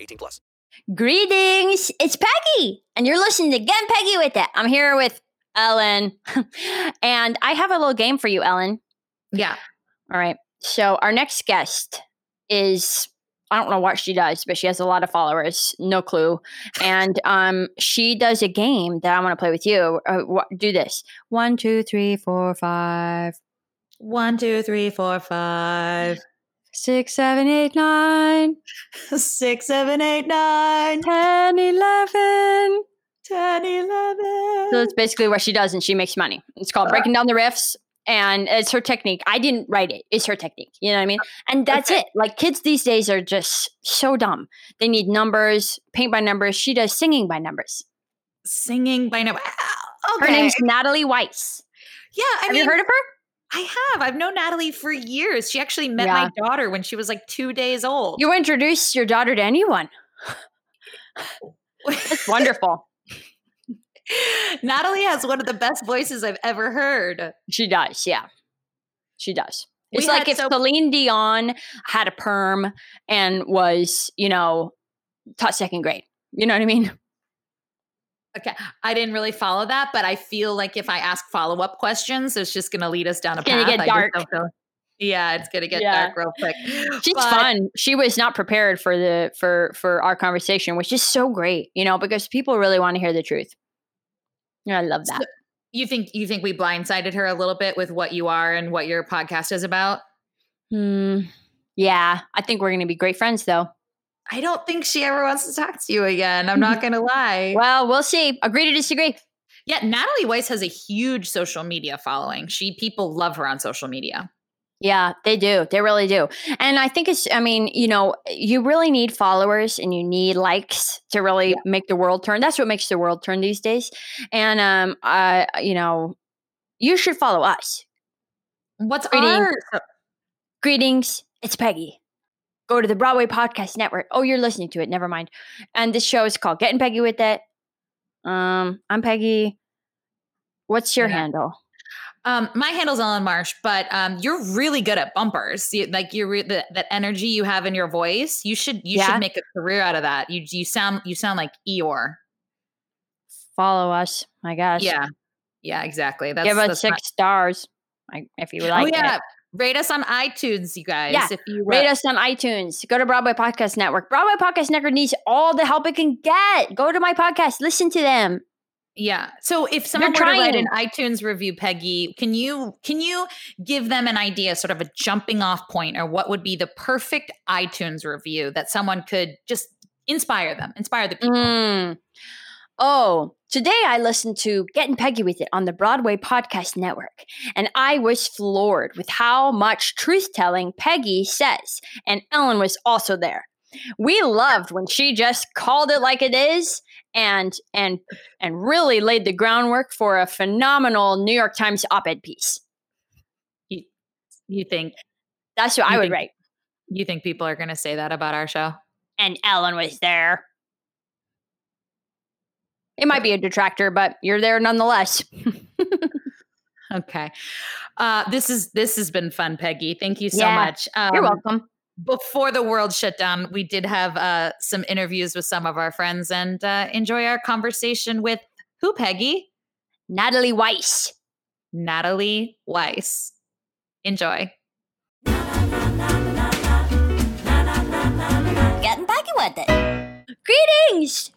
18 plus. Greetings, it's Peggy, and you're listening to Get Peggy with It. I'm here with Ellen, and I have a little game for you, Ellen. Yeah. All right. So our next guest is I don't know what she does, but she has a lot of followers. No clue. And um, she does a game that I want to play with you. Uh, wha- do this one, two, three, four, five, One, two, three, four, five, six, seven, eight, nine, six, seven, eight, nine, ten, eleven. ten, So eleven. that's basically what she does, and she makes money. It's called breaking down the riffs, and it's her technique. I didn't write it; it's her technique. You know what I mean? And that's it. Like kids these days are just so dumb. They need numbers, paint by numbers. She does singing by numbers. Singing by now. Her Okay. name's Natalie Weiss. yeah, I Have mean, you heard of her? I have. I've known Natalie for years. She actually met Yeah. my daughter when she was like two days old. You introduce your daughter to anyone. It's wonderful. Natalie has one of the best voices I've ever heard. she does. Yeah, she does. We It's like had if so- Celine Dion had a perm and was, you know, taught second grade. You know what I mean? Okay. I didn't really follow that, but I feel like if I ask follow up questions, it's just going to lead us down a It's gonna path. get I just dark. don't feel- yeah, it's going to get Yeah. dark real quick. She's But- fun. She was not prepared for the for for our conversation, which is so great, you know, because people really want to hear the truth. Yeah, I love So- that. You think you think we blindsided her a little bit with what you are and what your podcast is about? Hmm. Yeah, I think we're going to be great friends, though. I don't think she ever wants to talk to you again. I'm not going to lie. Well, we'll see. Agree to disagree. Yeah, Natalie Weiss has a huge social media following. She people love her on social media. Yeah, they do. They really do. And I think it's, I mean, you know, you really need followers and you need likes to really make the world turn. That's what makes the world turn these days. And, um, uh, you know, you should follow us. What's Pretty. our Greetings, it's Peggy. Go to the Broadway Podcast Network. Oh, you're listening to it. Never mind. And this show is called Getting Peggy with It. Um, I'm Peggy. What's your Yeah. handle? um my handle's Ellen Marsh, but um you're really good at bumpers. You, like you're re- the, that energy you have in your voice. You should you Yeah. should make a career out of that. You you sound you sound like Eeyore. Follow us, I guess. Yeah. Yeah, exactly. That's Give us that's six not- stars like, if you Oh like it. yeah. Rate us on iTunes, you guys. Yeah, If you Rate us on iTunes. Go to Broadway Podcast Network. Broadway Podcast Network needs all the help it can get. Go to my podcast. Listen to them. Yeah. So if someone were to write trying. an iTunes review, Peggy, can you can you give them an idea, sort of a jumping off point, or what would be the perfect iTunes review that someone could just inspire them, inspire the people? Mm. Oh, today I listened to Getting Peggy with It on the Broadway Podcast Network, and I was floored with how much truth telling Peggy says. And Ellen was also there. We loved when she just called it like it is and and and really laid the groundwork for a phenomenal New York Times op-ed piece. You think That's what I You would think- write. you think people are going to say that about our show? and Ellen was there. It might be a detractor, but you're there nonetheless. Okay. Uh, this is this has been fun, Peggy. Thank you so Yeah. much. Um, you're welcome. Before the world shut down, we did have uh, some interviews with some of our friends, and uh, enjoy our conversation with who, Peggy? Natalie Weiss. Natalie Weiss. Enjoy. Na na na na Greetings!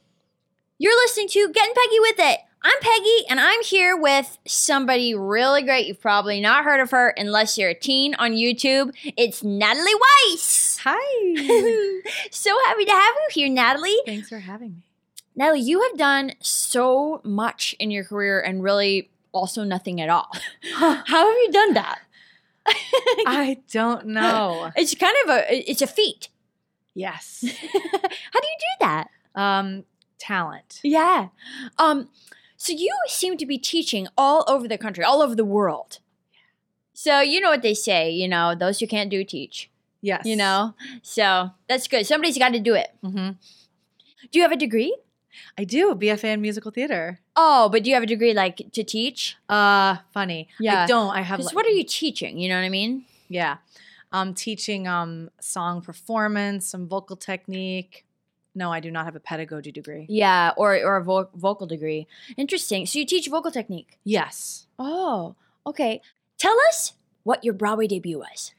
You're listening to Getting Peggy with It. I'm Peggy, and I'm here with somebody really great. You've probably not heard of her unless you're a teen on YouTube. It's Natalie Weiss. Hi. so happy to have you here, Natalie. Thanks for having me. Natalie, you have done so much in your career and really also nothing at all. How have you done that? I don't know. It's kind of a it's a feat. Yes. How do you do that? Um, talent. Yeah. Um, so you seem to be teaching all over the country, all over the world. So you know what they say, you know, those who can't do teach, Yes. you know? So that's good. Somebody's got to do it. hmm Do you have a degree? I do BFA in musical theater. Oh, but do you have a degree like to teach? Uh, funny. Yeah. I don't. I have. Because like- what are you teaching? You know what I mean? Yeah. Um, teaching um song performance, some vocal technique. No, I do not have a pedagogy degree. Yeah, or, or a vo- vocal degree. Interesting. So you teach vocal technique. Yes. Oh, okay. Tell us what your Broadway debut was.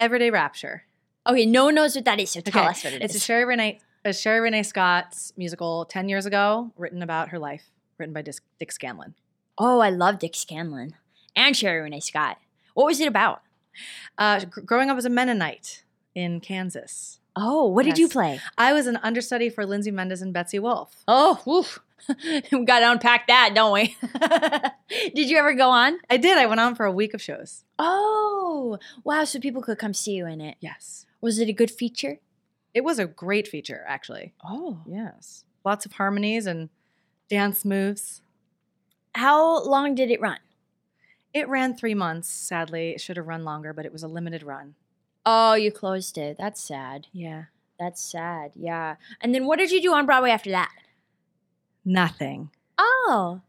Everyday Rapture. Okay, no one knows what that is, so tell Okay, us what it It's a is. Sherry Renee, a Sherry Renee Scott's musical ten years ago, written about her life, written by Dis- Dick Scanlon. Oh, I love Dick Scanlon and Sherry Renee Scott. What was it about? Uh, gr- growing up as a Mennonite in Kansas, Oh, what did you Yes. play? I was an understudy for Lindsay Mendez and Betsy Wolf. Oh, oof. we got to unpack that, don't we? did you ever go on? I did. I went on for a week of shows. Oh, wow. So people could come see you in it. Yes, Was it a good feature? it was a great feature, actually. Oh. Yes, lots of harmonies and dance moves. How long did it run? It ran three months. Sadly, it should have run longer, but it was a limited run. Oh, you closed it. That's sad. Yeah, That's sad. Yeah. And then what did you do on Broadway after that? nothing. Oh,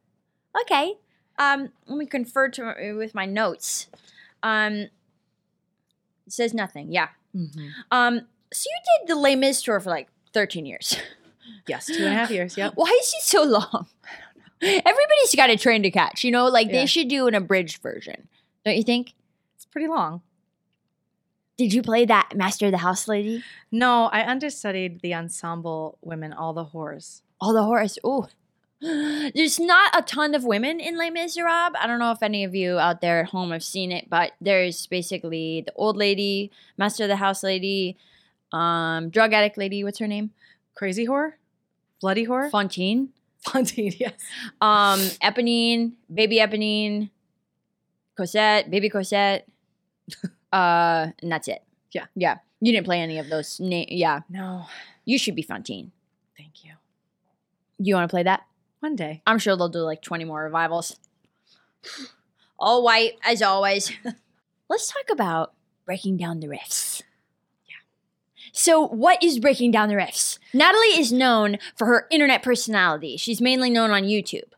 okay. Um, let me confer to, with my notes. Um, it says nothing. Yeah. Mm-hmm. Um, so you did the Les Mis tour for like 13 years. Yes, two and a half years. Yep. Why is it so long? Everybody's got a train to catch, you know? Like Yeah. they should do an abridged version, don't you think? It's pretty long. Did you play that Master of the House lady? No, I understudied the ensemble women, all the whores. All the horse. Ooh. There's not a ton of women in Les Miserables. I don't know if any of you out there at home have seen it, but there's basically the old lady, master of the house lady, um, drug addict lady. What's her name? Crazy whore? Bloody whore? Fontaine. Fontaine, yes. Um, Eponine, baby Eponine, Cosette, baby Cosette. Uh, and that's it. Yeah. Yeah. You didn't play any of those. Na- yeah. No, You should be Fontaine. thank you. You want to play that? One day. I'm sure they'll do like 20 more revivals. All white, as always. Let's talk about breaking down the riffs. Yeah. So, what is breaking down the riffs? Natalie is known for her internet personality. She's mainly known on YouTube.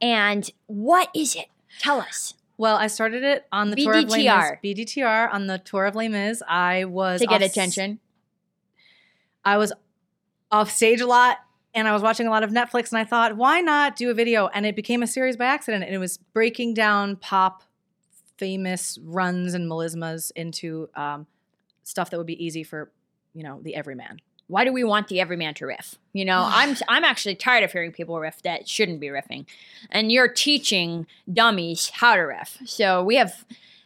And what is it? Tell us. Well, I started it on the tour of Les Mis. BDTR. BDTR on the tour of Les Mis. I was To get off- attention. I was off stage a lot and I was watching a lot of Netflix and I thought, why not do a video? And it became a series by accident and it was breaking down pop famous runs and melismas into um, stuff that would be easy for, you know, the everyman. Why do we want the everyman to riff? You know, I'm I'm actually tired of hearing people riff that shouldn't be riffing. And you're teaching dummies how to riff. So we have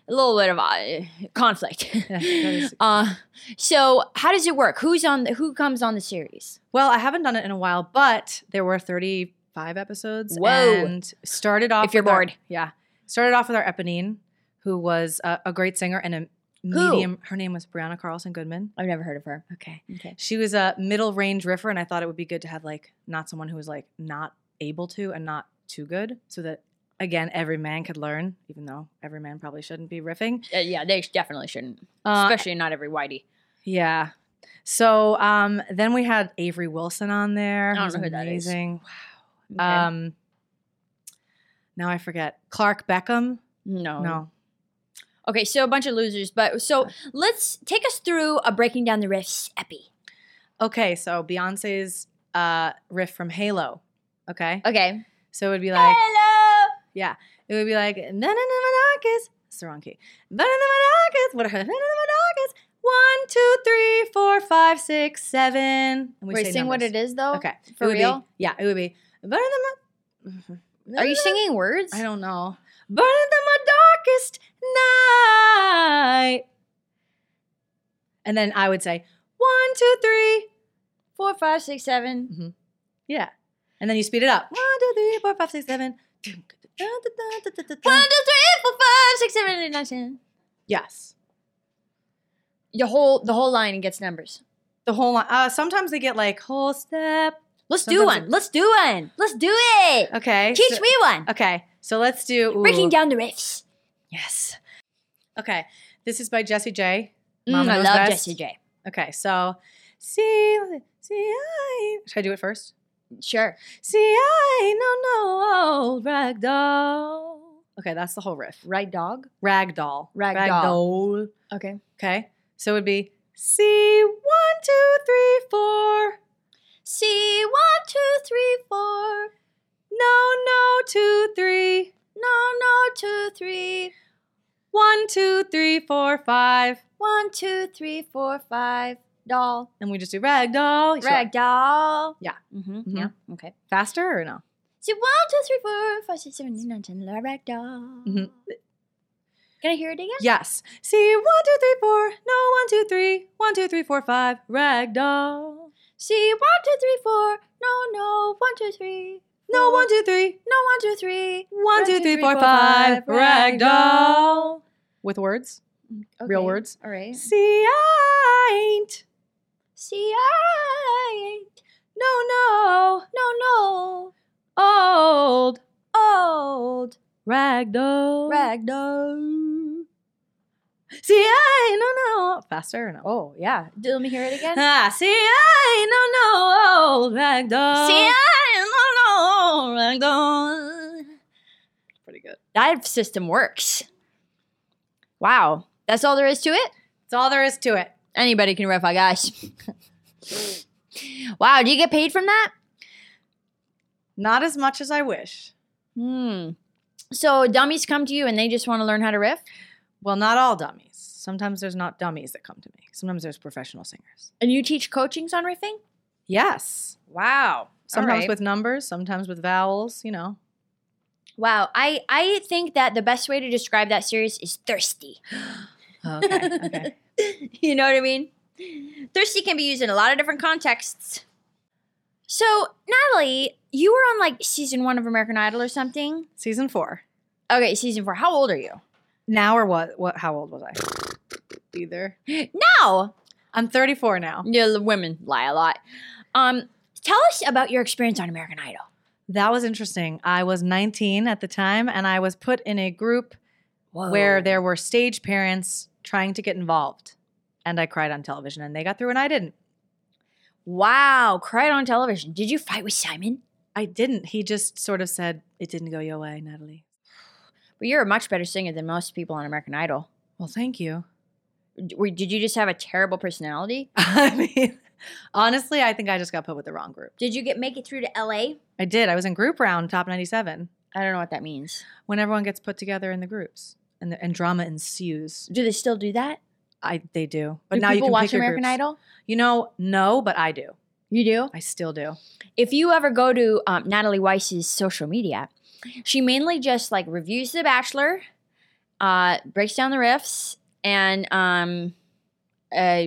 a little bit of uh, conflict. that is- uh, so how does it work? Who's on the, who comes on the series? Well, I haven't done it in a while, but there were 35 episodes. Whoa. And started off. If you're with our- bored. yeah. Started off with our Eponine, who was a, a great singer and a Who? medium. Her name was Brianna Carlson Goodman. I've never heard of her. Okay. Okay. She was a middle range riffer, and I thought it would be good to have like not someone who was like not able to and not too good so that. Again, every man could learn, even though every man probably shouldn't be riffing. Uh, yeah, they definitely shouldn't. Uh, Especially not every whitey. yeah. So um, then we had Avery Wilson on there. I don't who's know who that is. amazing. Okay. Um, now I forget. Clark Beckham. no. No. Okay, so a bunch of losers, but so let's take us through a breaking down the riffs epi. Okay, so Beyonce's uh, riff from Halo. Okay, Okay. so it would be like Hello. it would be like na na na It's the wrong key. Na na na What? Na na na One, two, three, four, five, six, seven. And We Wait, sing what it is though. Okay. For It would be- real? yeah, it would be. Better than my, Are you singing words? I don't know. Better than my darkest night. And then I would say, one, two, three. Four, five, six, seven. Yeah. And then you speed it up. One, two, three, four, five, six, seven. One, two, three, four, five, six, seven, eight, nine, ten. Yes. The whole the whole line gets numbers. The whole line. Uh, sometimes they get like whole step. Let's do Sometimes one. Let's do one. Let's do it. Okay. Teach so- me one. Okay. So let's do ooh. Breaking down the riffs. Yes. Okay. This is by Jesse J. Mm, Mama I Knows love Best. Jessie J. Okay. So see, see, I. Should I do it first? Sure. See, I know no old rag doll. Okay, that's the whole riff. Right dog. Rag doll. Rag doll. Okay. Okay. So it would be see one, two, three, four. C one, two, three, four. No, no, two, three. No, no, two, three. One, two, three, four, five. One, two, three, four, five. Doll. And we just do rag doll. So Rag doll. Yeah. Mm-hmm. Mhm. Yeah. Okay. Faster or no? See one, two, three, four, five, six, seven, eight, nine, ten. La rag doll. Mhm. Mm-hmm. Can I hear it again? Yes. See one, two, three, four. No, one, two, three. One, two, three, four, five. Rag doll. See one, two, three, four. No, no. One, two, three. No, one, two, three. No, one, two, three. One, two, three, four, five. Rag doll. With words. Real Okay, words. All right. See, I ain't. See, I ain't No, no. no, no, Old old rag doll. ragdoll. See, I ain't no, no. Faster or no? Oh yeah, Do- let me hear it again. Ah, see, I ain't no, no. Old rag doll. See, I ain't no, no. Rag doll. Pretty good. That system works. Wow, that's all there is to it. That's all there is to it. Anybody can riff, I guess. wow, do you get paid from that? Not as much as I wish. Hmm. So dummies come to you and they just want to learn how to riff, Well, not all dummies. Sometimes there's not dummies that come to me. Sometimes there's professional singers. and you teach coachings on riffing. Yes. Wow. Sometimes right. with numbers, sometimes with vowels, you know. Wow, I I think that the best way to describe that series is thirsty. Okay. okay. you know what I mean? Thirsty can be used in a lot of different contexts. So, Natalie, you were on like season one of American Idol or something. Season four. Okay, season four. How old are you? Now or what? What? How old was I? Either. Now, I'm 34 now. yeah, l- women lie a lot. Um, tell us about your experience on American Idol. That was interesting. I was 19 at the time, and I was put in a group Whoa. where there were stage parents trying to get involved, and I cried on television, and they got through, and I didn't. Wow, cried on television. Did you fight with Simon? I didn't. He just sort of said it didn't go your way, Natalie. Well, you're a much better singer than most people on American Idol. Well, thank you. D- were- Did you just have a terrible personality? I mean, honestly, I think I just got put with the wrong group. Did you get make it through to LA? I did. I was in group round, top 97, I don't know what that means. when everyone gets put together in the groups, and the, and drama ensues. Do they still do that? I they do, but do now you people can watch pick your American groups. Idol? You know, no, but I do. You do? I still do. If you ever go to um, Natalie Weiss's social media, she mainly just like reviews The Bachelor, uh, breaks down the riffs, and um, uh,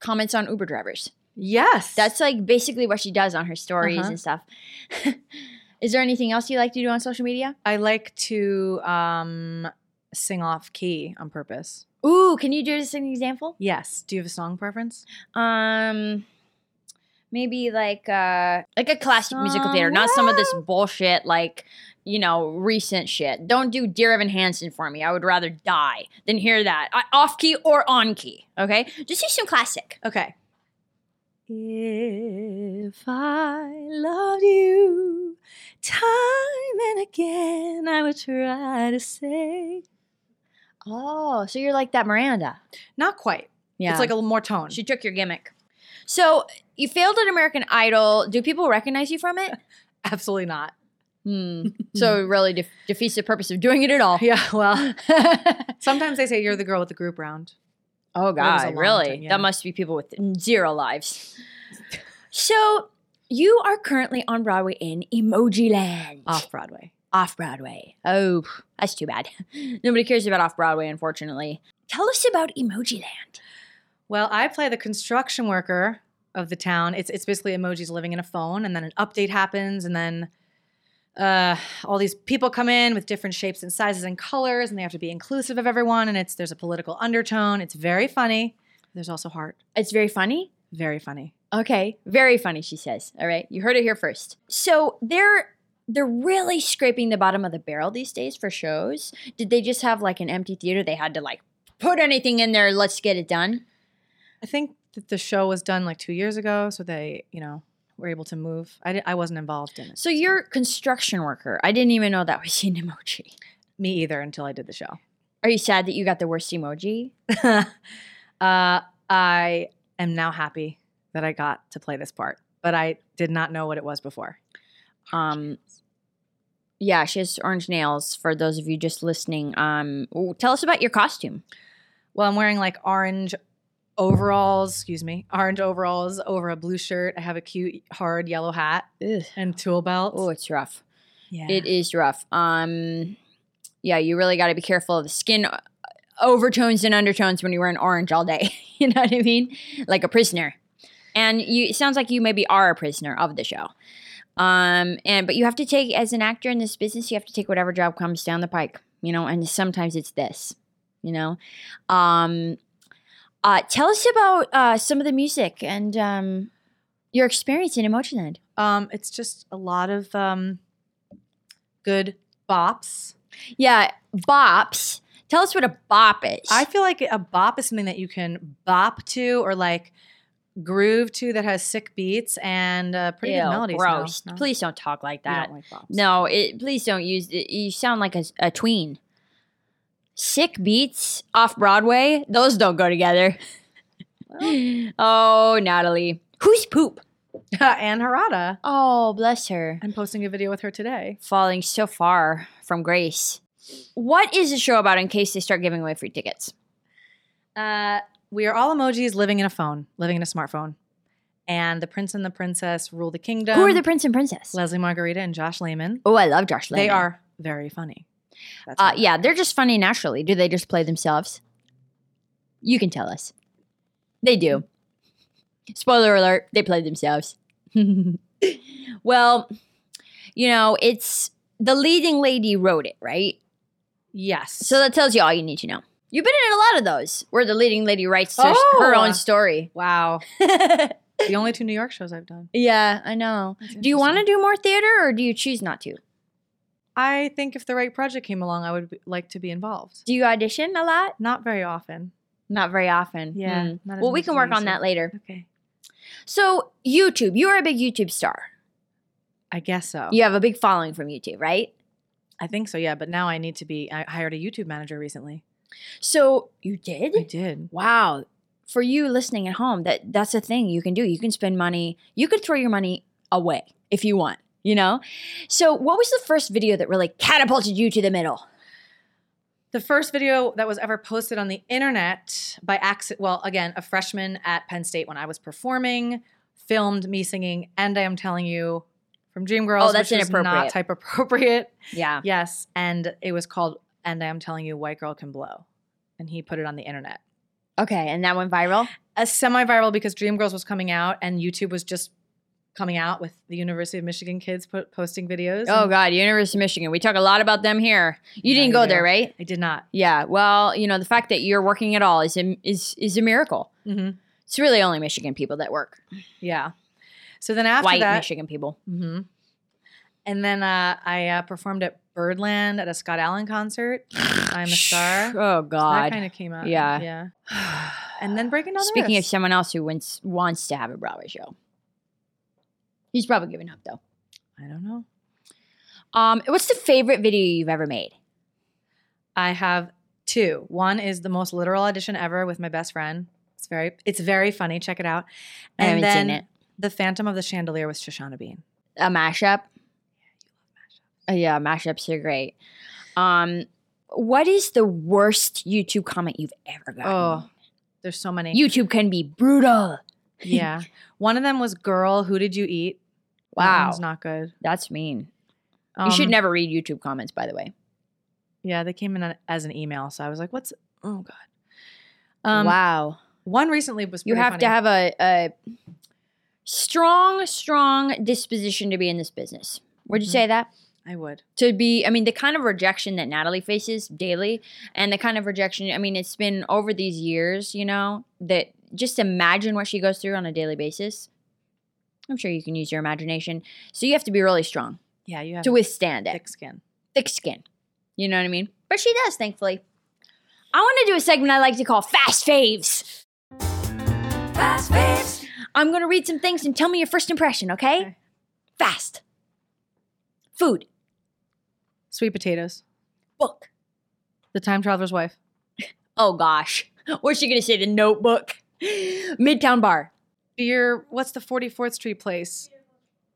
comments on Uber drivers. Yes, That's like basically what she does on her stories Uh-huh. and stuff. Is there anything else you like to do on social media? I like to um sing off key on purpose. Ooh, can you do just an example? Yes. Do you have a song preference? Um, maybe like uh, like a classic musical theater, not some of this bullshit like you know recent shit. Don't do Dear Evan Hansen for me. I would rather die than hear that I, off key or on key. Okay, just do some classic. Okay. If I loved you time and again, I would try to say. Oh, so you're like that Miranda? Not quite. Yeah, It's like a little more tone. she took your gimmick. So you failed at American Idol. Do people recognize you from it? Absolutely not. Hmm. So it really def- defeats the purpose of doing it at all. Yeah, well, sometimes they say you're the girl with the group round. Oh was a God, long really? time, yeah. That must be people with zero lives. so you are currently on Broadway in Emoji Land. Off Broadway. Off Broadway. Oh, that's too bad. Nobody cares about off Broadway, unfortunately. Tell us about Emoji Land. Well, I play the construction worker of the town. It's it's basically emojis living in a phone, and then an update happens, and then uh, all these people come in with different shapes and sizes and colors, and they have to be inclusive of everyone. And it's there's a political undertone. It's very funny. There's also heart. It's very funny. Very funny. Okay, very funny, she says. All right, you heard it here first. So they're they're really scraping the bottom of the barrel these days for shows. Did they just have like an empty theater? They had to like put anything in there. Let's get it done. I think that the show was done like two years ago, so they you know were able to move. I di- I wasn't involved in it. So you're a construction worker. I didn't even know that was an emoji. Me either until I did the show. Are you sad that you got the worst emoji? uh, I am now happy that I got to play this part, but I did not know what it was before. Um, yeah, she has orange nails. For those of you just listening, um, w- tell us about your costume. Well, I'm wearing like orange overalls, excuse me, orange overalls over a blue shirt. I have a cute, hard yellow hat and tool belt. Oh, it's rough. yeah. It is rough. Um, yeah, you really got to be careful of the skin uh, overtones and undertones when you're wearing orange all day. you know what I mean? Like a prisoner. And you, it sounds like you maybe are a prisoner of the show. Um, and but you have to take as an actor in this business, you have to take whatever job comes down the pike. You know, and sometimes it's this. You know, um, uh, tell us about uh, some of the music and um, your experience in Emotionland. um, it's just a lot of um, good bops. Yeah, bops. Tell us what a bop is. I feel like a bop is something that you can bop to or like groove to that has sick beats and uh, pretty Ew, good melodies. No, Gross. no. Please don't talk like You that. don't like bops. no, it, please don't use. It, you sound like a, s- a tween. Sick beats off Broadway. Those don't go together. oh, Natalie, who's poop? Anne Harada. Oh, bless her, I'm posting a video with her today. falling so far from grace. What is the show about? In case they start giving away free tickets. Uh, we are all emojis living in a phone, living in a smartphone. And the prince and the princess rule the kingdom. Who are the prince and princess? Leslie Margarita and Josh Lehman. um, oh, I love Josh. Lehman. They are very funny. That's Uh, all. yeah, they're just funny naturally. Do they just play themselves? You can tell us. They do. Spoiler alert, they play themselves. well, you know, it's the leading lady wrote it, right? Yes. So that tells you all you need to know. You've been in a lot of those where the leading lady writes their, Oh. her own story. wow. the only two New York shows I've done. yeah, I know. Do you want to do more theater or do you choose not to? I think if the right project came along, I would be, like to be involved. Do you audition a lot? Not very often. Not very often. Yeah, Hmm. not as Well, we much can as I work on used to. that later. Okay. So, YouTube, you are a big YouTube star. I guess so. You have a big following from YouTube, right? I think so. Yeah. But now I need to be. I hired a YouTube manager recently. So, you I did? did. Wow. For you listening at home, that that's a thing you can do. You can spend money. You could throw your money away if you want, you know? So, what was the first video that really catapulted you to the middle? The first video that was ever posted on the internet by accident, well, again, a freshman at Penn State when I was performing, filmed me singing, and I am telling you from Dreamgirls, Oh, that's which was inappropriate. not type appropriate. Yeah. Yes, and it was called "And I am telling you, White Girl Can Blow," and he put it on the internet. Okay, and that went viral? A semi-viral because Dreamgirls was coming out and YouTube was just coming out with the University of Michigan kids po- posting videos. Oh and god, University of Michigan. We talk a lot about them here. You Yeah, didn't we go do. there, right? I did not. Yeah. Well, you know, the fact that you're working at all is a, is is a miracle. hmm It's really only Michigan people that work. Yeah. So then after White that, Michigan people. hmm And then uh, I uh, performed at Birdland at a Scott Allen concert. I'm a star. So Oh that god. kind of came out. Yeah. Yeah. And then breaking down. Speaking the of wrist. someone else who wants wants to have a Broadway show, he's probably giving up though. I don't know. Um, what's the favorite video you've ever made? I have two. One is the most literal audition ever with my best friend. It's very, it's very funny. Check it out. I haven't And then seen it. the Phantom of the Chandelier with Shoshana Bean. A mashup. Uh, Yeah, mashups are great. Um, what is the worst YouTube comment you've ever gotten? Oh, There's so many. YouTube can be brutal. yeah. One of them was Girl, Who Did You Eat? That Wow. one's not good. That's mean. you should Um, never read YouTube comments, by the way. Yeah, they came in a- as an email. So I was like, what's, oh God. Um, wow. One recently was You pretty have to funny. have a, a strong, strong disposition to be in this business. Would you Mhm. say that? I would. to be i mean the kind of rejection that natalie faces daily and the kind of rejection i mean it's been over these years you know that just imagine what she goes through on a daily basis i'm sure you can use your imagination so you have to be really strong Yeah, you have to withstand it thick skin. thick skin you know what i mean but she does thankfully i want to do a segment i like to call fast faves fast faves i'm going to read some things and tell me your first impression okay, Okay. fast food Sweet potatoes. book The Time Traveler's Wife. Oh gosh. What's she gonna say? The notebook? Midtown Bar. Beer. What's the 44th Street place?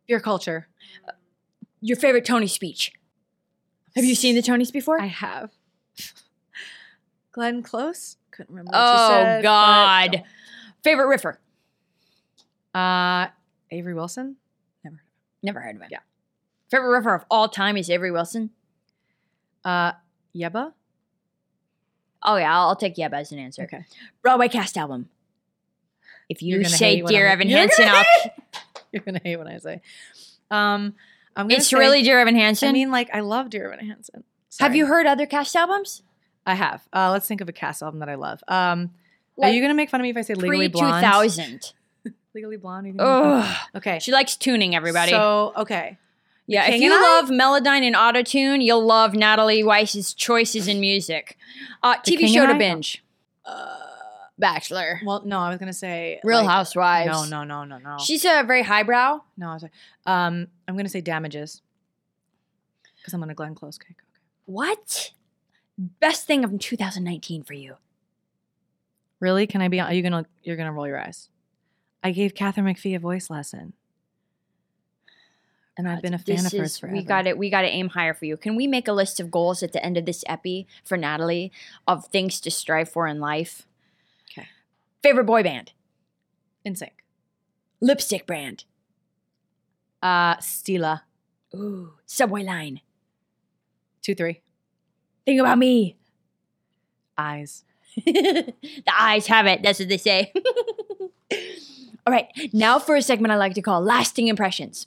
Beer culture. Your favorite Tony speech. Have you seen the Tonys before? I have. Glenn Close. Couldn't remember. What she oh said, but- God. Favorite riffer. Uh, Avery Wilson. Never. Never heard of him. Yeah. Favorite riffer of all time is Avery Wilson. Uh, Yeba. Oh yeah, I'll, I'll take Yeba as an answer. Okay. Broadway cast album. If you You're gonna say hate what Dear I'm- Evan You're gonna Hansen, I'll, You're gonna hate when I say. Um, I'm gonna it's say- really Dear Evan Hansen. I mean, like I love Dear Evan Hansen. have Sorry. you heard other cast albums? I have. Uh, let's think of a cast album that I love. Um, Like, are you gonna make fun of me if I say Legally Pre two Blonde? thousand. Legally Blonde. Are you gonna make fun- Ugh. Okay. She likes tuning, everybody. So okay. Yeah, if King you and I? love Melodyne and Autotune, you'll love Natalie Weiss's choices in music. Uh, The TV King show and to I? binge. Bachelor. Well, no, I was gonna say Real like, Housewives. No, no, no, no, no. She's a very highbrow. no. I was like, um, I'm gonna say Damages because I'm on a Glenn Close kick. Okay. What? Best thing of 2019 for you. Really? Can I be? Are you gonna? You're gonna roll your eyes. I gave Catherine McPhee a voice lesson, and I've been a fan This of hers is- forever. We got it. We got to aim higher for you. Can we make a list of goals at the end of this epi for Natalie of things to strive for in life? Okay. Favorite boy band, in sync. lipstick brand, Uh, Stila ooh, subway line. two three Think about me. eyes. the eyes have it. That's what they say. All right, now for a segment I like to call Lasting Impressions.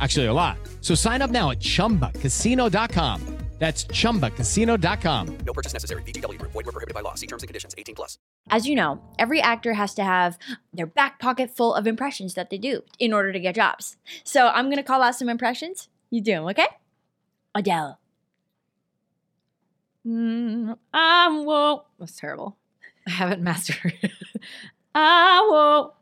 Actually, a lot. So sign up now at chumbacasino.com. That's chumbacasino.com. No purchase necessary. VGW Group. Void were prohibited by law. See terms and conditions. 18 plus. As you know, every actor has to have their back pocket full of impressions that they do in order to get jobs. So I'm gonna call out some impressions. You do 'em, okay? Adele. Mm, I won't. That's terrible. I haven't mastered. it. I won't.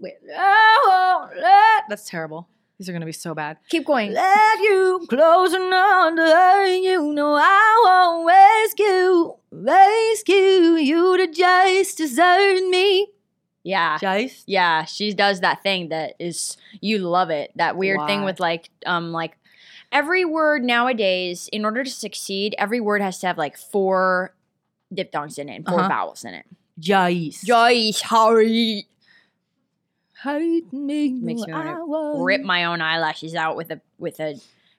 Wait. I won't let- That's terrible. These are gonna be so bad. Keep going. Let you close under you know I won't rescue, rescue you to just desert me. Yeah. Just Yeah, she does that thing that is you love it. That weird thing Why? with like um like every word nowadays in order to succeed, every word has to have like four diphthongs in it and 4 Uh-huh. vowels in it. Jice. Joyce, hurry. Hate me, Makes no, me wanna I won't. Rip my own eyelashes out with a with a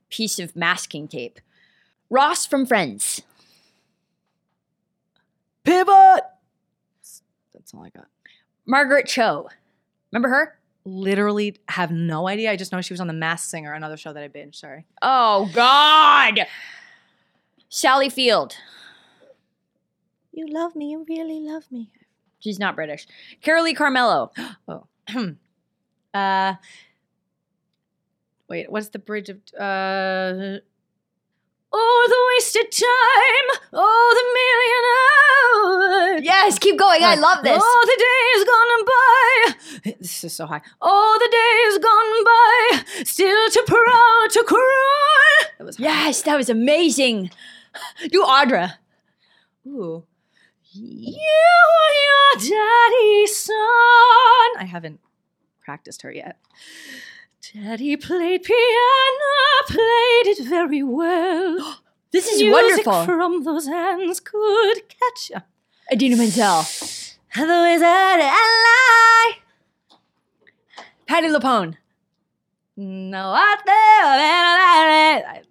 piece of masking tape. Ross from Friends. pivot. That's all I got. Margaret Cho. Remember her? Literally have no idea. I just know she was on The Masked Singer, another show that I binged. Sorry. Oh God. Sally Field. You love me. You really love me. She's not British. Carolee Carmelo. Oh. uh, wait, what's the bridge of. Uh, oh, the wasted time. Oh, the million hours. Yes, keep going. I Right. love this. Oh, the day is gone by. This is so high. Oh, the day is gone by. Still too proud to cry. That was high. Yes, that was amazing. Do Audra. Ooh. You and your daddy's son. I haven't practiced her yet. Daddy played piano, played it very well. This is Music wonderful. from those hands could catch ya. Adina Menzel. The wizard ally. Patty LuPone. No, out there, man, I-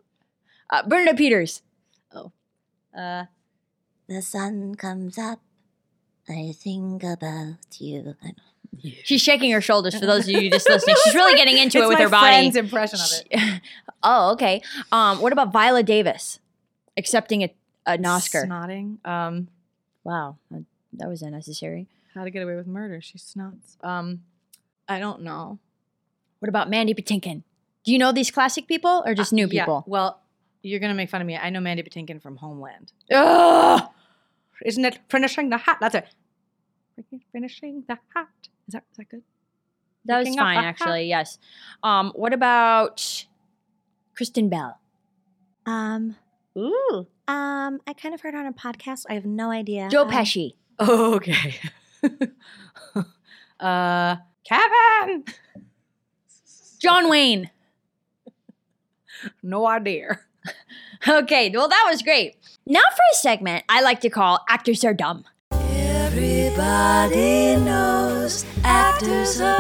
Uh, Bernadette Peters. Uh, The sun comes up. I think about you. I don't- She's shaking her shoulders for those of you just listening. She's really getting into it it's with my her body. friend's impression of it. She- oh, okay. Um, what about Viola Davis accepting a, an Oscar? Snotting. Um, wow, that, that was unnecessary. how to get away with murder. She snots. Um, I don't know. What about Mandy Patinkin? Do you know these classic people or just new Uh, Yeah, people? well, you're gonna make fun of me. I know Mandy Patinkin from Homeland. Ugh! Isn't it finishing the hat? That's it. Finishing the hat. Is that is that good? That was Picking up fine, a hat. actually. Yes. Um, what about Kristen Bell? Um, Ooh, um, I kind of heard on a podcast. I have no idea. Joe Um, Pesci. Oh, okay. uh, Kevin. John Wayne. No idea. Okay, well, that was great. Now for a segment I like to call Actors Are Dumb. Everybody knows actors are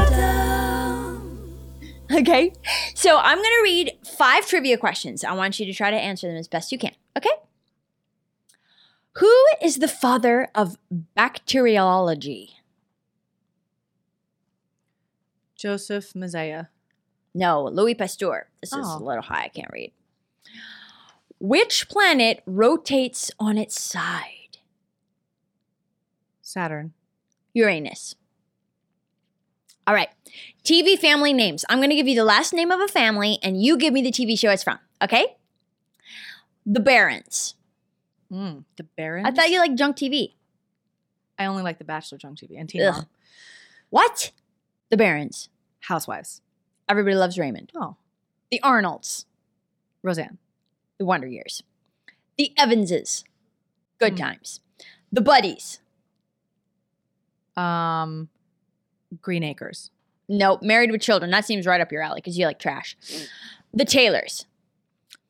Okay, so I'm gonna read five trivia questions. I want you to try to answer them as best you can. Okay. Who is the father of bacteriology? Joseph Mazaya. No, Louis Pasteur. This is a Oh. little high. I can't read. Which planet rotates on its side? Saturn. Uranus. All right. TV family names. I'm going to give you the last name of a family and you give me the TV show it's from. Okay? The Barons. Mm, the Baron. I thought you liked junk TV. I only like The Bachelor, Junk TV, and Teen Ugh. Mom. What? The Barons. Housewives. Everybody loves Raymond. Oh, The Arnolds. Roseanne. The Wonder Years. The Evanses. Good Hmm. times. The Buddies. Um, Green Acres. No, Married with Children. That seems right up your alley because you like trash. Hmm. The Taylors.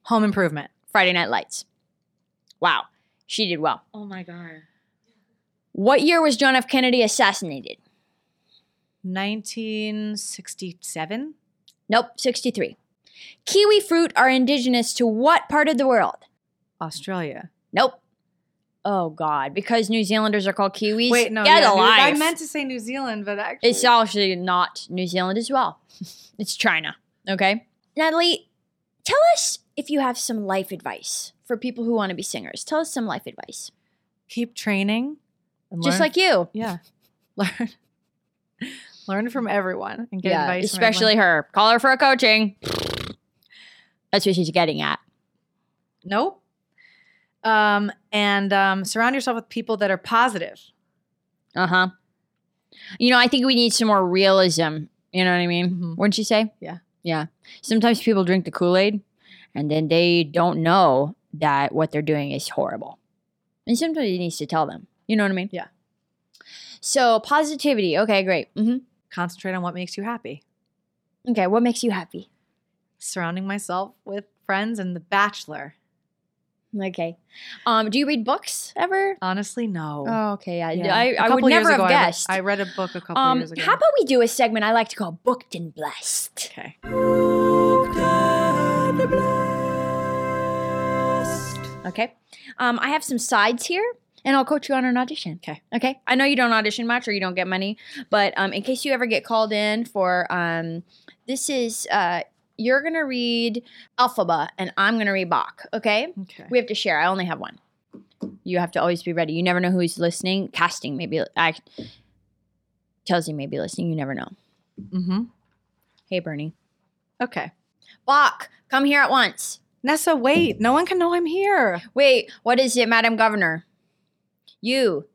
Home Improvement. Friday Night Lights. Wow. She did well. Oh my god. What year was John F. Kennedy assassinated? 1967. Nope, 63. Kiwi fruit are indigenous to what part of the world? Australia. Nope. Oh God, because New Zealanders are called kiwis. Wait, no. get yeah, New- alive. I meant to say New Zealand, but actually, it's actually not New Zealand as well. it's China. Okay, Natalie, tell us if you have some life advice for people who want to be singers. Tell us some life advice, keep training. and just learn- like you. yeah, learn, learn from everyone and get Yeah, advice. especially her. Call her for a coaching. That's what she's getting at. her. Nope. Um, and um, surround yourself with people that are positive. Uh huh. You know, I think we need some more realism. You know what I mean? Mhm. Wouldn't you say? Yeah. Yeah. Sometimes people drink the Kool Aid and then they don't know that what they're doing is horrible. And somebody needs to tell them. You know what I mean? Yeah. So, positivity. Okay, great. hmm Mm-hmm. Concentrate on what makes you happy. Okay, what makes you happy? Surrounding myself with friends and The Bachelor. Okay. Um, do you read books ever? Honestly, no. Oh, okay. I, Yeah. I, A I would couple years never have ago, I re- guessed. I, read a book a couple um, years ago. how about we do a segment I like to call Booked and Blessed? okay. Okay. Um, I have some sides here. and I'll coach you on an audition. Okay. Okay. I know you don't audition much or you don't get money, but um, in case you ever get called in for um, this is uh, you're gonna read Alphaba and I'm gonna read Bach. Okay. Okay. We have to share. I only have one. You have to always be ready. You never know who's listening. Casting maybe I tells you maybe listening. You never know. Mm-hmm. Hey Bernie, Okay. Bach, come here at once. Nessa, wait. No one can know I'm here. Wait, what is it, Madam Governor? You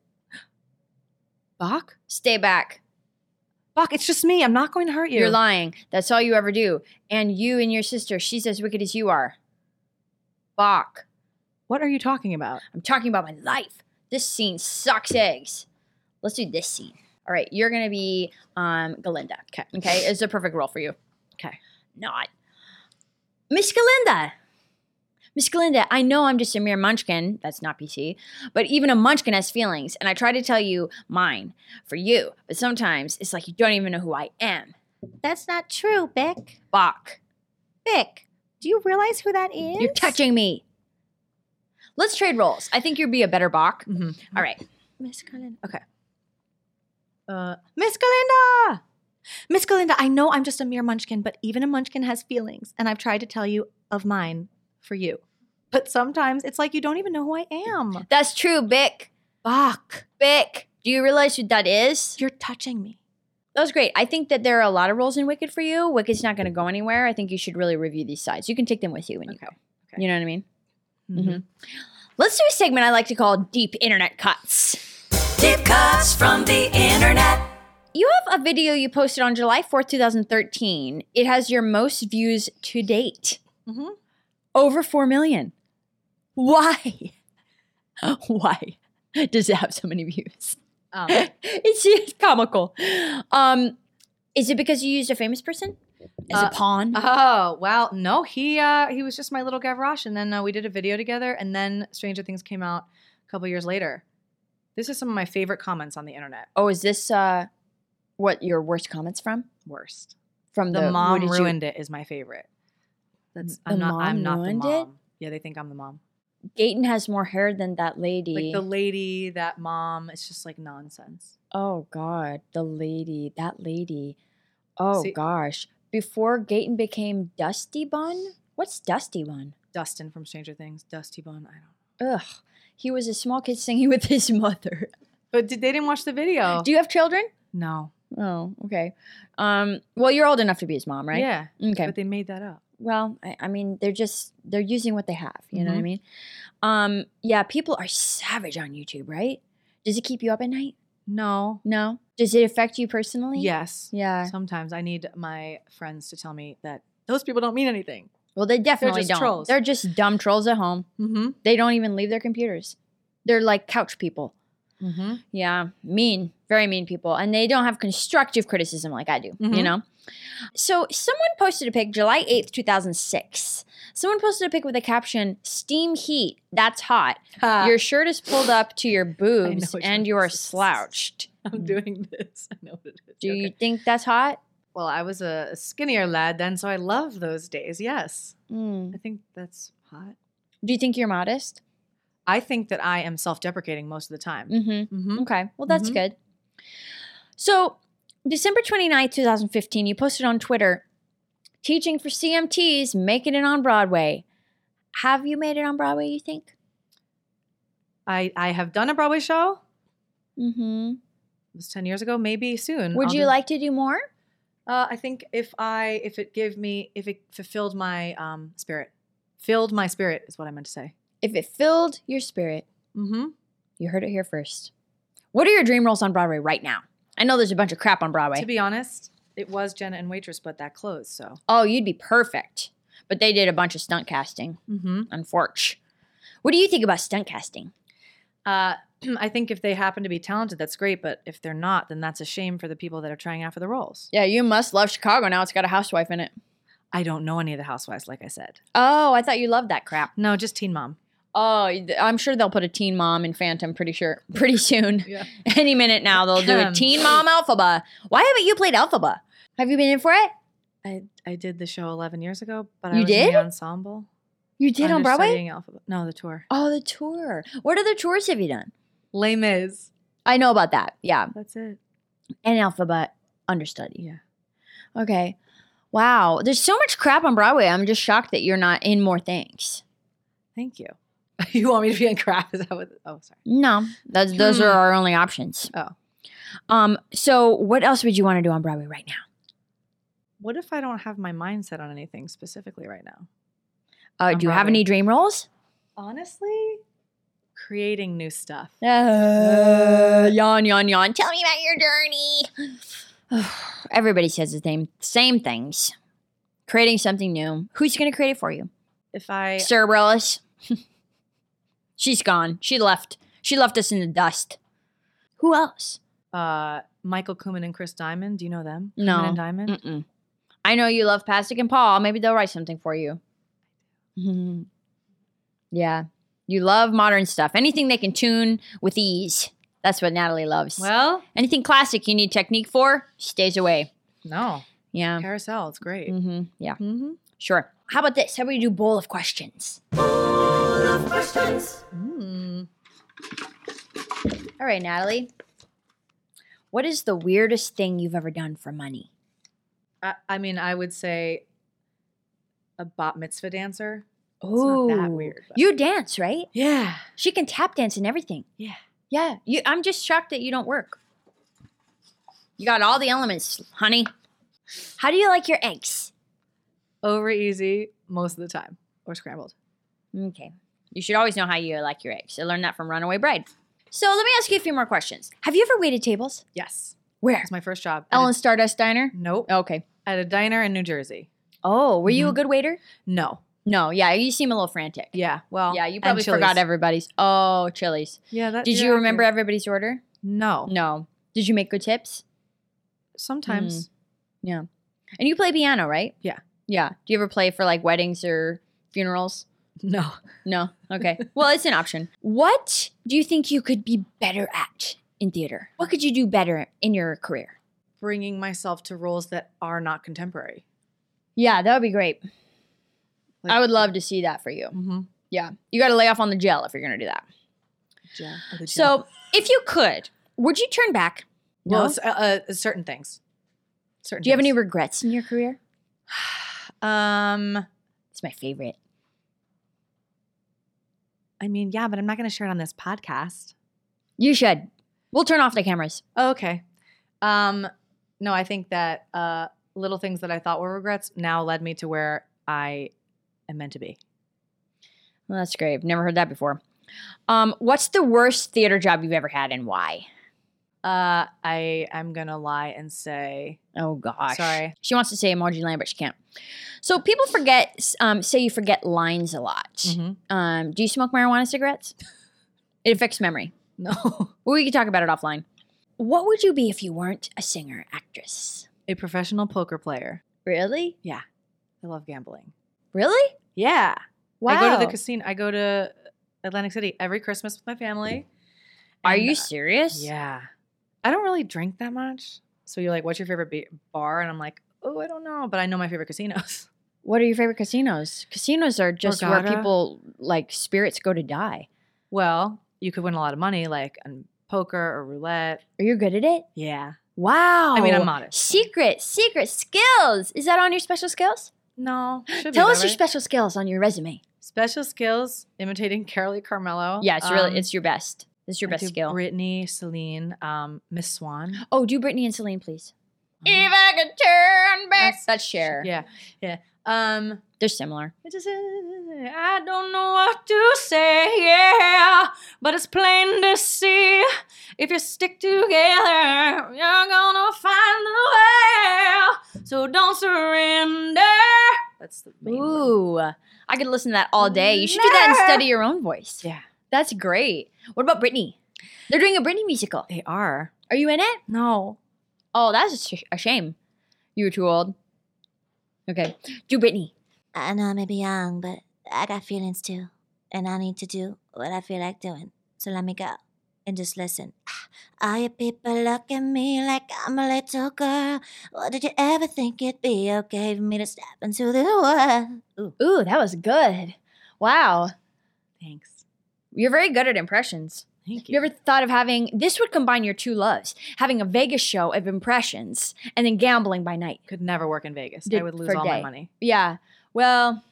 Bach? stay back. Bach, it's just me. I'm not going to hurt you. You're lying. That's all you ever do. And you and your sister, she's as wicked as you are. Bach, What are you talking about? I'm talking about my life. This scene sucks eggs. Let's do this scene. All right, you're gonna be um Galinda. Okay. Okay, it's the perfect role for you. Okay. Not. Miss Galinda. Miss Galinda, I know I'm just a mere munchkin, that's not PC, but even a munchkin has feelings, and I try to tell you mine for you, but sometimes it's like you don't even know who I am. That's not true, Bick. Bach. Bick, do you realize who that is? You're touching me. Let's trade roles. I think you'd be a better Bach. Mhm. All right. Miss Cullen. Uh, Miss Galinda! Miss Galinda, I know I'm just a mere munchkin, but even a munchkin has feelings, and I've tried to tell you of mine for you. But sometimes it's like you don't even know who I am. That's true, Bick. Bach, Bick, do you realize who that is? you're touching me. That was great. I think that there are a lot of roles in Wicked for you. Wicked's not going to go anywhere. I think you should really review these sides. You can take them with you when you go. Okay. Mm-hmm. You know what I mean? Mhm. Let's do a segment I like to call Deep Internet Cuts. Deep cuts from the internet. You have a video you posted on July 4th, 2013. It has your most views to date. Mhm. Over 4 million. Why? Why does it have so many views? Um, it's, it's comical. Um, is it because you used a famous person as Uh, a pawn? oh well, no, he uh, he was just my little Gavroche, and then uh, we did a video together, and then Stranger Things came out a couple years later. This is some of my favorite comments on the internet. oh, is this uh, what your worst comments from? Worst, From the, the, mom what did you- ruined it is my favorite. That's The I'm not I'm mom not the ruined it? mom. Yeah, they think I'm the mom. Gayton has more hair than that lady. Like the lady, that mom. It's just like nonsense. Oh God, the lady, that lady. Oh See- gosh. Before Gayton became Dusty Bun? What's Dusty Bun? Dustin from Stranger Things, Dusty Bun. I don't. know. Ugh. He was a small kid singing with his mother. But did, they didn't watch the video. Do you have children? no, Oh, okay. Um, well, you're old enough to be his mom, right? Yeah, Okay. but they made that up. well, I, I mean, they're just they're using what they have. You know what I Mhm. mean? Um, yeah. People are savage on YouTube, right? Does it keep you up at night? No. No. Does it affect you personally? Yes. Yeah. Sometimes I need my friends to tell me that those people don't mean anything. Well, they definitely just don't. trolls. They're just dumb trolls at home. Mm-hmm. They don't even leave their computers. They're like couch people. Mm-hmm. Yeah, mean, very mean people. And they don't have constructive criticism like I do, you Mhm. know? So someone posted a pic July 8th, 2006. Someone posted a pic with the caption, Steam heat, that's hot. Your shirt is pulled up to your boobs which and one you are this is. slouched. I'm doing this. I know what it is. Do you Okay. think that's hot? Well, I was a skinnier lad then, so I love those days. Yes, Mm. I think that's hot. Do you think you're modest? I think that I am self-deprecating most of the time. Mm-hmm. Mm-hmm. Okay. Well, that's Mhm. good. So, December 29th, 2015, you posted on Twitter teaching for CMTs, making it on Broadway. Have you made it on Broadway, you think? I I have done a Broadway show. Mm-hmm. It was ten years ago. Maybe soon. Would I'll you do- like to do more? Uh, I think if I if it gave me if it fulfilled my um spirit, filled my spirit is what I meant to say. If it filled your spirit, Mm-hmm. you heard it here first. What are your dream roles on Broadway right now? I know there's a bunch of crap on Broadway. To be honest, it was Jenna and Waitress, but that closed. So. oh, you'd be perfect. But they did a bunch of stunt casting, Mm-hmm. unfortunately. What do you think about stunt casting? Uh, I think if they happen to be talented, that's great. But if they're not, then that's a shame for the people that are trying out for the roles. Yeah, you must love Chicago now. It's got a housewife in it. I don't know any of the housewives, like I said. Oh, I thought you loved that crap. No, just Teen Mom. Oh, th- I'm sure they'll put a Teen Mom in Phantom pretty sure pretty soon. Yeah. Any minute now they'll do a Um, Teen Mom Alphaba. Why haven't you played Alphaba? Have you been in for it? I I did the show eleven years ago, but I You was in did? the ensemble. You did on Broadway? Understudying Alphabet. No, the tour. Oh, the tour. What other tours have you done? Les Mis. I know about that. Yeah. That's it. An alphabet understudy. Yeah. Okay. Wow. There's so much crap on Broadway. I'm just shocked that you're not in more things. Thank you. You want me to be in crap? Is that what? Oh, sorry. No, that's, those are Hmm. our only options. Oh. Um. So, what else would you want to do on Broadway right now? What if I don't have my mindset on anything specifically right now? Uh, On do you have Broadway. any dream roles? Honestly, creating new stuff. Uh, yawn, yawn, yawn. Tell me about your journey. Everybody says the same same things. Creating something new. Who's going to create it for you? If I Cerberus. She's gone. She left. She left us in the dust. Who else? uh Michael Kuman and Chris Diamond, do you know them? Kumin No. and Diamond. Mm-mm. I know you love Pasek and Paul. Maybe they'll write something for you. yeah. You love modern stuff. Anything they can tune with ease. That's what Natalie loves. Well, Anything classic you need technique for stays away. no. Yeah. Carousel, it's great. Um, Mm-hmm. Yeah. Mm-hmm. Sure. How about this? How about you do bowl of questions? Hmm. Mm. All right, Natalie. What is the weirdest thing you've ever done for money? I, I mean, I would say a bat mitzvah dancer. Oh, It's not that weird, but- You dance, right? Yeah. She can tap dance and everything. Yeah. Yeah. You, I'm just shocked that you don't work. You got all the elements, honey. How do you like your eggs? Over easy most of the time. Or scrambled. Okay. You should always know how you like your eggs. I learned that from Runaway Bride. So let me ask you a few more questions. Have you ever waited tables? Yes. Where? That's my first job. At a- Ellen Stardust Diner? nope. Okay. At a diner in New Jersey. Oh, were you a Mhm. good waiter? No. No, yeah, you seem a little frantic. Yeah. Well. Yeah, you and probably forgot Chili's. everybody's. Oh, Chili's. Yeah. That, Did yeah, you I remember do. everybody's order? No. No. Did you make good tips? Mm. Sometimes. And you play piano, right? Yeah. Yeah. Do you ever play for like weddings or funerals? No. No. Okay. well, it's an option. What do you think you could be better at in theater? What could you do better in your career? Bringing myself to roles that are not contemporary. Yeah, that would be great. I Like- would love to see that for you. Mm-hmm. Yeah. You got to lay off on the gel if you're going to do that. Yeah. So, if you could, would you turn back? Well, s- uh, uh, certain things. Certain. Do you have any things. regrets in your career? um. It's my favorite. I mean, yeah, but I'm not going to share it on this podcast. You should. We'll turn off the cameras. Oh, okay. Um. No, I think that uh, little things that I thought were regrets now led me to where I am meant to be. Well, that's great. I've never heard that before. Um, what's the worst theater job you've ever had and why? Uh, I am gonna lie and say Oh gosh. Sorry. She wants to say Margie Land, but she can't. So people forget um, say you forget lines a lot. Mm-hmm. Um, do you smoke marijuana cigarettes? it affects memory. no, Well, we can talk about it offline. What would you be if you weren't a singer actress? a professional poker player. Really? I love gambling. Really? Yeah, I go to the Wow. casino. I go to Atlantic City every Christmas with my family. Are And, you uh, serious? Yeah, I don't really drink that much. So you're like, "What's your favorite be- bar?" And I'm like, "Oh, I don't know, but I know my favorite casinos." What are your favorite casinos? Casinos are just where Borgata. people like spirits go to die. well, you could win a lot of money, like on poker or roulette. Are you good at it? Yeah. Wow. I mean, I'm modest. Secret, secret skills. Is that on your special skills? No. should be, Tell though, us your right? special skills on your resume. special skills imitating Carolee Carmelo. Yeah, it's really Um, it's your best. It's your I best do skill. Brittany, Celine, um, Miss Swan. oh, do Brittany and Celine, please. If I could turn back, That's- Uh-huh. that's Cher. Yeah, yeah. Um, They're similar. it just, I don't know what to say, yeah, but it's plain to see if you stick together, you're gonna find a way. So don't surrender. That's the main one. Ooh, I could listen to that all day. You should do that and study your own voice. Yeah, That's great. What about Brittany? They're doing a Britney musical. they are. Are you in it? No, Oh, that's a sh- a shame. You were too old. Okay, do Britney. I know I may be young, but I got feelings too. And I need to do what I feel like doing. So let me go and just listen. All you people look at me like I'm a little girl. Well, did you ever think it'd be okay for me to step into the world? Ooh. Ooh, that was good. Wow, thanks. you're very good at impressions. Thank Have you ever thought of having this would combine your two loves, having a Vegas show of impressions and then gambling by night? Could never work in Vegas. I Did- would lose for a all day. my money. Yeah. Well,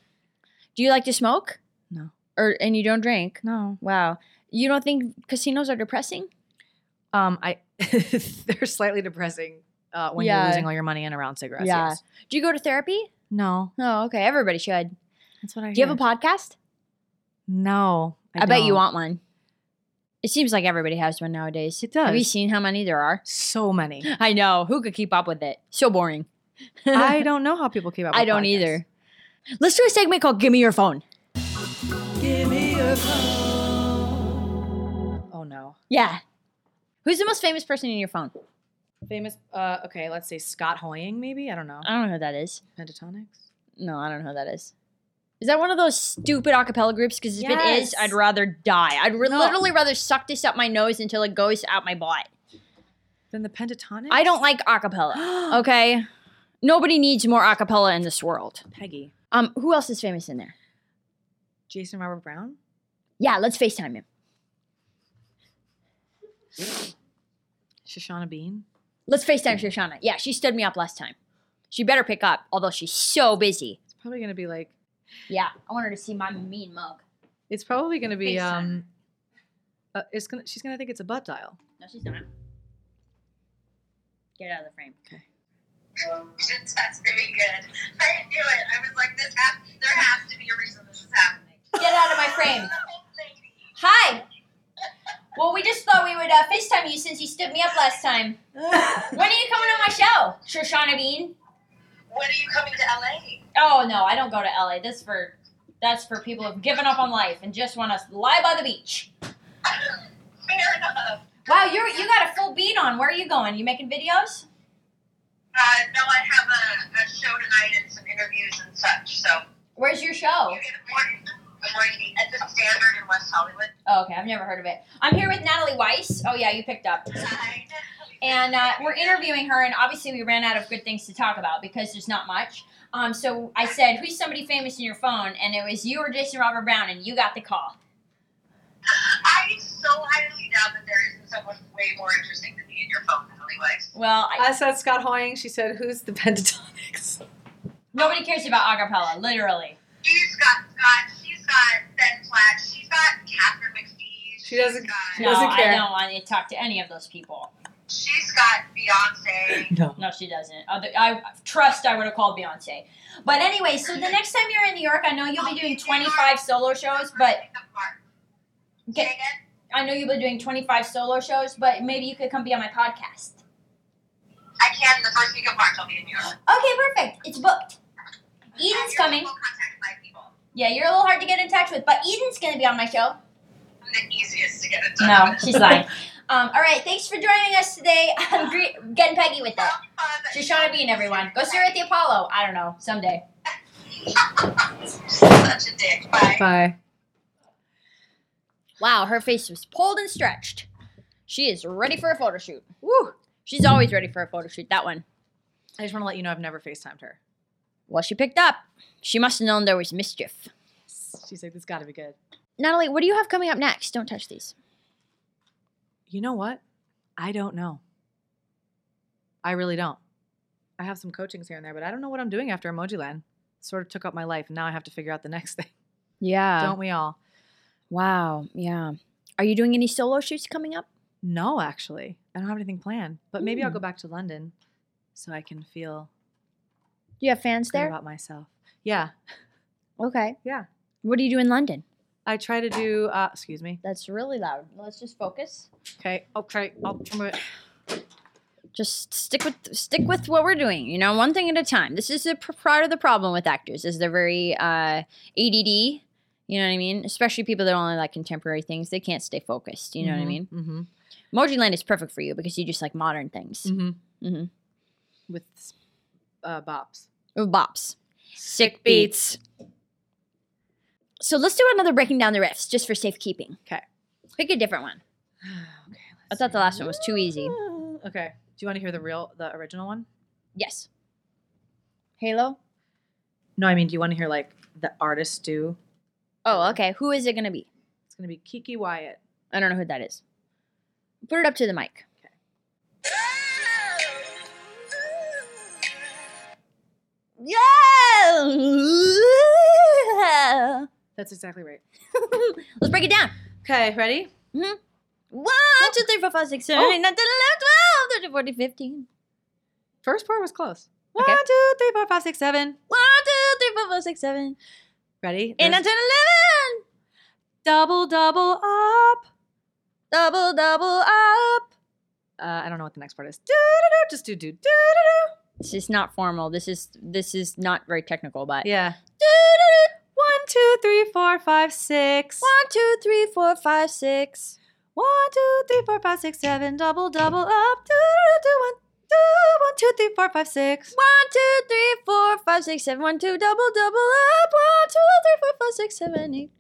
do you like to smoke? No. Or and you don't drink? No. Wow. You don't think casinos are depressing? Um, I they're slightly depressing uh, when Yeah. you're losing all your money and around cigarettes. Yeah. Yes. Do you go to therapy? No, Oh, okay. Everybody should. that's what I. Do you have a podcast? No, I, bet you don't. want one. It seems like everybody has one nowadays. It Have you does. seen how many there are? so many. I know. Who could keep up with it? So boring. I don't know how people keep up. I with don't podcasts. either. Let's do a segment called Give Me Your Phone. Oh no, Yeah. Who's the most famous person in your phone? famous. Uh, okay, let's say Scott Hoying. Maybe I don't know. I don't know who that is. Pentatonics. No, I don't know who that is. Is that one of those stupid a cappella groups? Because if it Yes. is, I'd rather die. I'd re- No. literally rather suck this up my nose until it goes out my butt. Then the Pentatonics. I don't like a cappella. okay? Nobody needs more a cappella in this world. Peggy. Um, who else is famous in there? Jason Robert Brown. Yeah, let's FaceTime him. Shoshana Bean. Let's FaceTime Shoshana. Yeah, she stood me up last time. She better pick up, although she's so busy. It's probably gonna be like. Yeah, I want her to see my mean mug. It's probably gonna be FaceTime. um. Uh, it's gonna. She's gonna think it's a butt dial. No, she's not. Get out of the frame. Okay. It has to be good. I knew it. I was like, this has, there has to be a reason this is happening. Get out of my frame. Oh, lady. Hi. Well, we just thought we would uh, FaceTime you since you stood me up last time. When are you coming on my show, Shoshana Bean? When are you coming to LA? Oh no, I don't go to LA. That's for that's for people who've given up on life and just want to lie by the beach. Fair enough. Wow, you're you got a full beat on. Where are you going? You making videos? Uh, no, I have a, a show tonight and some interviews and such. So Where's your show? you get a morning, a morning at the Standard in West Hollywood. Oh, okay, I've never heard of it. I'm here with Natalie Weiss. Oh yeah, you picked up. Hi. and uh, we're interviewing her and obviously we ran out of good things to talk about because there's not much um, so i said who's somebody famous in your phone and it was you or jason robert brown and you got the call I so highly doubt that there isn't someone way more interesting than me in your phone, anyways. well I, I said Scott Hoying. She said, "Who's the Pentatonics?" nobody cares about acapella literally She's got Scott. She's got Ben Platt. She's got Catherine McPhee. She doesn't- she's got- She no doesn't care. i don't want to talk to any of those people She's got Beyonce. No. no she doesn't Other, i trust i would have called beyonce but anyway so the next time you're in new york i know you'll be doing 25 solo shows but Say get, again? i know you'll be doing 25 solo shows but maybe you could come be on my podcast I can. The first week of March, I'll be in New York. okay perfect it's booked And eden's you're coming local contact by people. Yeah, you're a little hard to get in touch with, but Eden's gonna be on my show. I'm the easiest to get in touch No, with. she's lying. Um, all right, thanks for joining us today. I'm gre- getting Peggy with it. Have fun. Shoshana Bean, everyone. Go see her at the Apollo. I don't know, someday. Such a dick. Bye. Bye. Wow, her face was pulled and stretched. She is ready for a photo shoot. Woo! She's always ready for a photo shoot. That one. I just want to let you know I've never FaceTimed her. Well, she picked up. She must have known there was mischief. She's like, "This got to be good." Natalie, what do you have coming up next? Don't touch these. You know what? I don't know. I really don't. I have some coachings here and there, but I don't know what I'm doing after Emoji Land. Sort of took up my life, and now I have to figure out the next thing. Yeah. don't we all? Wow. Yeah. Are you doing any solo shoots coming up? No, actually, I don't have anything planned. But maybe I'll Mm. go back to London, so I can feel Do you have fans good there? about myself. Yeah, Okay. yeah. What do you do in London? I try to do. Uh, excuse me. That's really loud. Let's just focus. Okay. Okay. I'll remove it. Just stick with stick with what we're doing. You know, one thing at a time. This is the pr- part of the problem with actors is they're very uh, ADD. You know what I mean? Especially people that only like contemporary things. They can't stay focused. You know what I mean? Mm-hmm. Emoji Land is perfect for you because you just like modern things. Mm-hmm. Mhm. With uh, bops. Ooh, bops. Mm-hmm. Sick beats. So let's do another breaking down the riffs just for safekeeping. 'Kay. Pick a different one. okay. I let's thought the see. last one was too easy. Uh, Okay. Do you want to hear the real, the original one? Yes. Halo? No, I mean, do you want to hear like the artist do? Oh, okay. Who is it going to be? It's gonna be Kiki Wyatt. I don't know who that is. Put it up to the mic. Yeah. That's exactly right. Let's break it down. Okay, ready? Mm-hmm. 1, 2, 3, 4, 5, 6, 7, Oh. 8, 9, 10, 11, 12, 13, 14, 15. First part was close. One, Okay. two, three, four, five, six, seven. 1, 2, 3, 4, 5, 6, 7, Ready? 8, 9, There's- 10, 11. Double, double up. Double, double up. Uh, I don't know what the next part is. Do-do-do, just do do do do This is not formal. This is this is not very technical, but do. Yeah. One, two, three, four, five, six. One, two, three, four, five, six. One, two, three, four, five, six, seven. Double, double up. Do do do one, do one, two, three, four, five, six. One, two, three, four, five, six, seven. One, two, double, double up. One, two, three, four, five, six, seven, eight.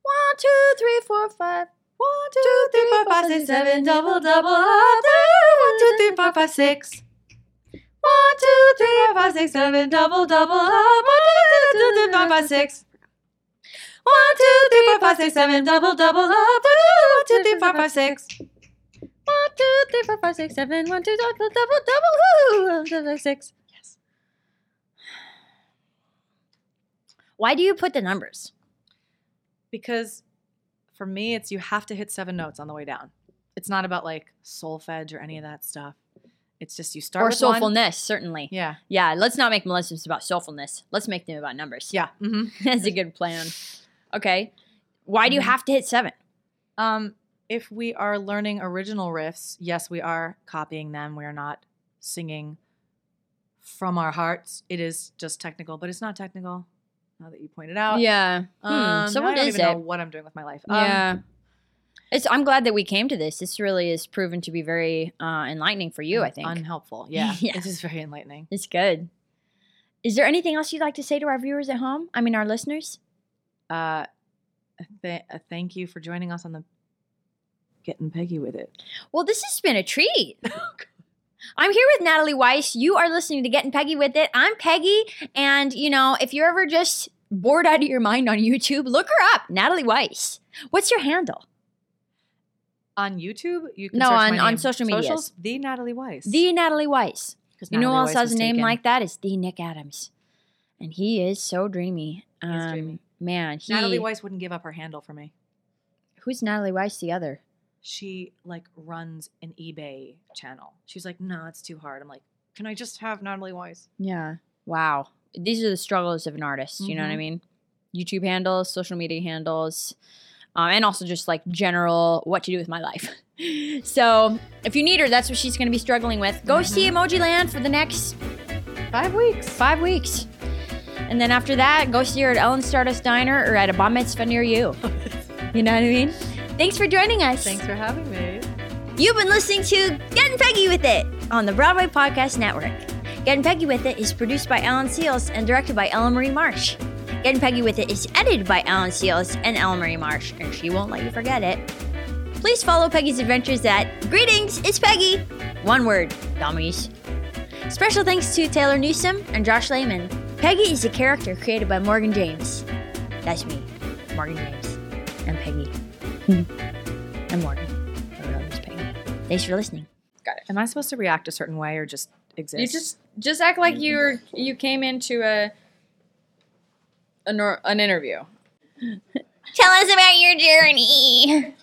One, two, three, four, five. One, two, three, four, five, six, seven. Double, double up. One, two, three, four, five, six. One, two, three, four, five, six, seven. Double, double up. One, two, two, three, four, five, six. One, two, three, four, five, six, seven. Double, double up. One, two, three, four, five, six. One, two, three, four, five, six, seven. One, two, double, double, double. Woo! One, two, three, six. Yes. Why do you put the numbers? Because for me, it's you have to hit seven notes on the way down. It's not about like solfege or any of that stuff. It's just you start or with one- soulfulness, certainly. Yeah. Yeah, let's not make lessons about soulfulness. Let's make them about numbers. Yeah. hmm That's a good plan. Okay. Why do you Mhm. have to hit seven? Um, if we are learning original riffs, yes, we are copying them. We are not singing from our hearts. It is just technical, but it's not technical. Now that you pointed out, Yeah. Um, Hmm. now So I what don't is even it? know what I'm doing with my life. Um, Yeah. It's, I'm glad that we came to this. This really is proven to be very uh, enlightening for you, I think. unhelpful. Yeah, Yeah. it is very enlightening. it's good. Is there anything else you'd like to say to our viewers at home? I mean, our listeners? Uh, th- uh, thank you for joining us on the Getting Peggy with It. Well, this has been a treat. I'm here with Natalie Weiss. You are listening to Getting Peggy with It. I'm Peggy. And, you know, if you're ever just bored out of your mind on YouTube, look her up, Natalie Weiss. What's your handle? On YouTube, you can No, search my on- on name. social medias. Socials, the Natalie Weiss. The Natalie Weiss. 'Cause You know who Natalie else Weiss has a was name taken. like that? It's the Nick Adams. And he is so dreamy. is Um, dreamy. Man, he, Natalie Weiss wouldn't give up her handle for me. Who's Natalie Weiss, the other? She like runs an eBay channel. She's like, no, it's too hard. I'm like, can I just have Natalie Weiss? Yeah. Wow. These are the struggles of an artist. You know what I Mhm. mean? YouTube handles, social media handles, um, and also just like general what to do with my life. so if you need her, that's what she's going to be struggling with. Go see Mm-hmm. Emoji Land for the next Five weeks. five weeks. And then after that, go see her at Ellen Stardust Diner or at a bar mitzvah near you. you know what I mean? Thanks for joining us. Thanks for having me. You've been listening to Getting Peggy with It on the Broadway Podcast Network. Getting Peggy with It is produced by Alan Seals and directed by Ellen Marie Marsh. Getting Peggy with It is edited by Alan Seals and Ellen Marie Marsh, and she won't let you forget it. Please follow Peggy's adventures at Greetings, it's Peggy! One word, dummies. Special thanks to Taylor Newsom and Josh Lehman. Peggy is a character created by Morgan James. That's me, Morgan James. I'm Peggy. I'm Morgan. I really miss Peggy. Thanks for listening. Am I supposed to react a certain way or just exist? You just just act like you're you came into a an, an interview. Tell us about your journey.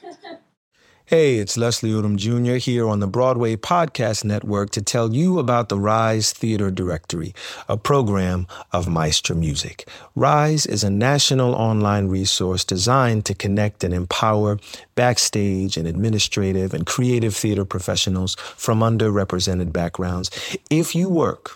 Hey, it's Leslie Odom Jr. here on the Broadway Podcast Network to tell you about the Rise Theater Directory, a program of Maestro Music. Rise is a national online resource designed to connect and empower backstage and administrative and creative theater professionals from underrepresented backgrounds. If you work,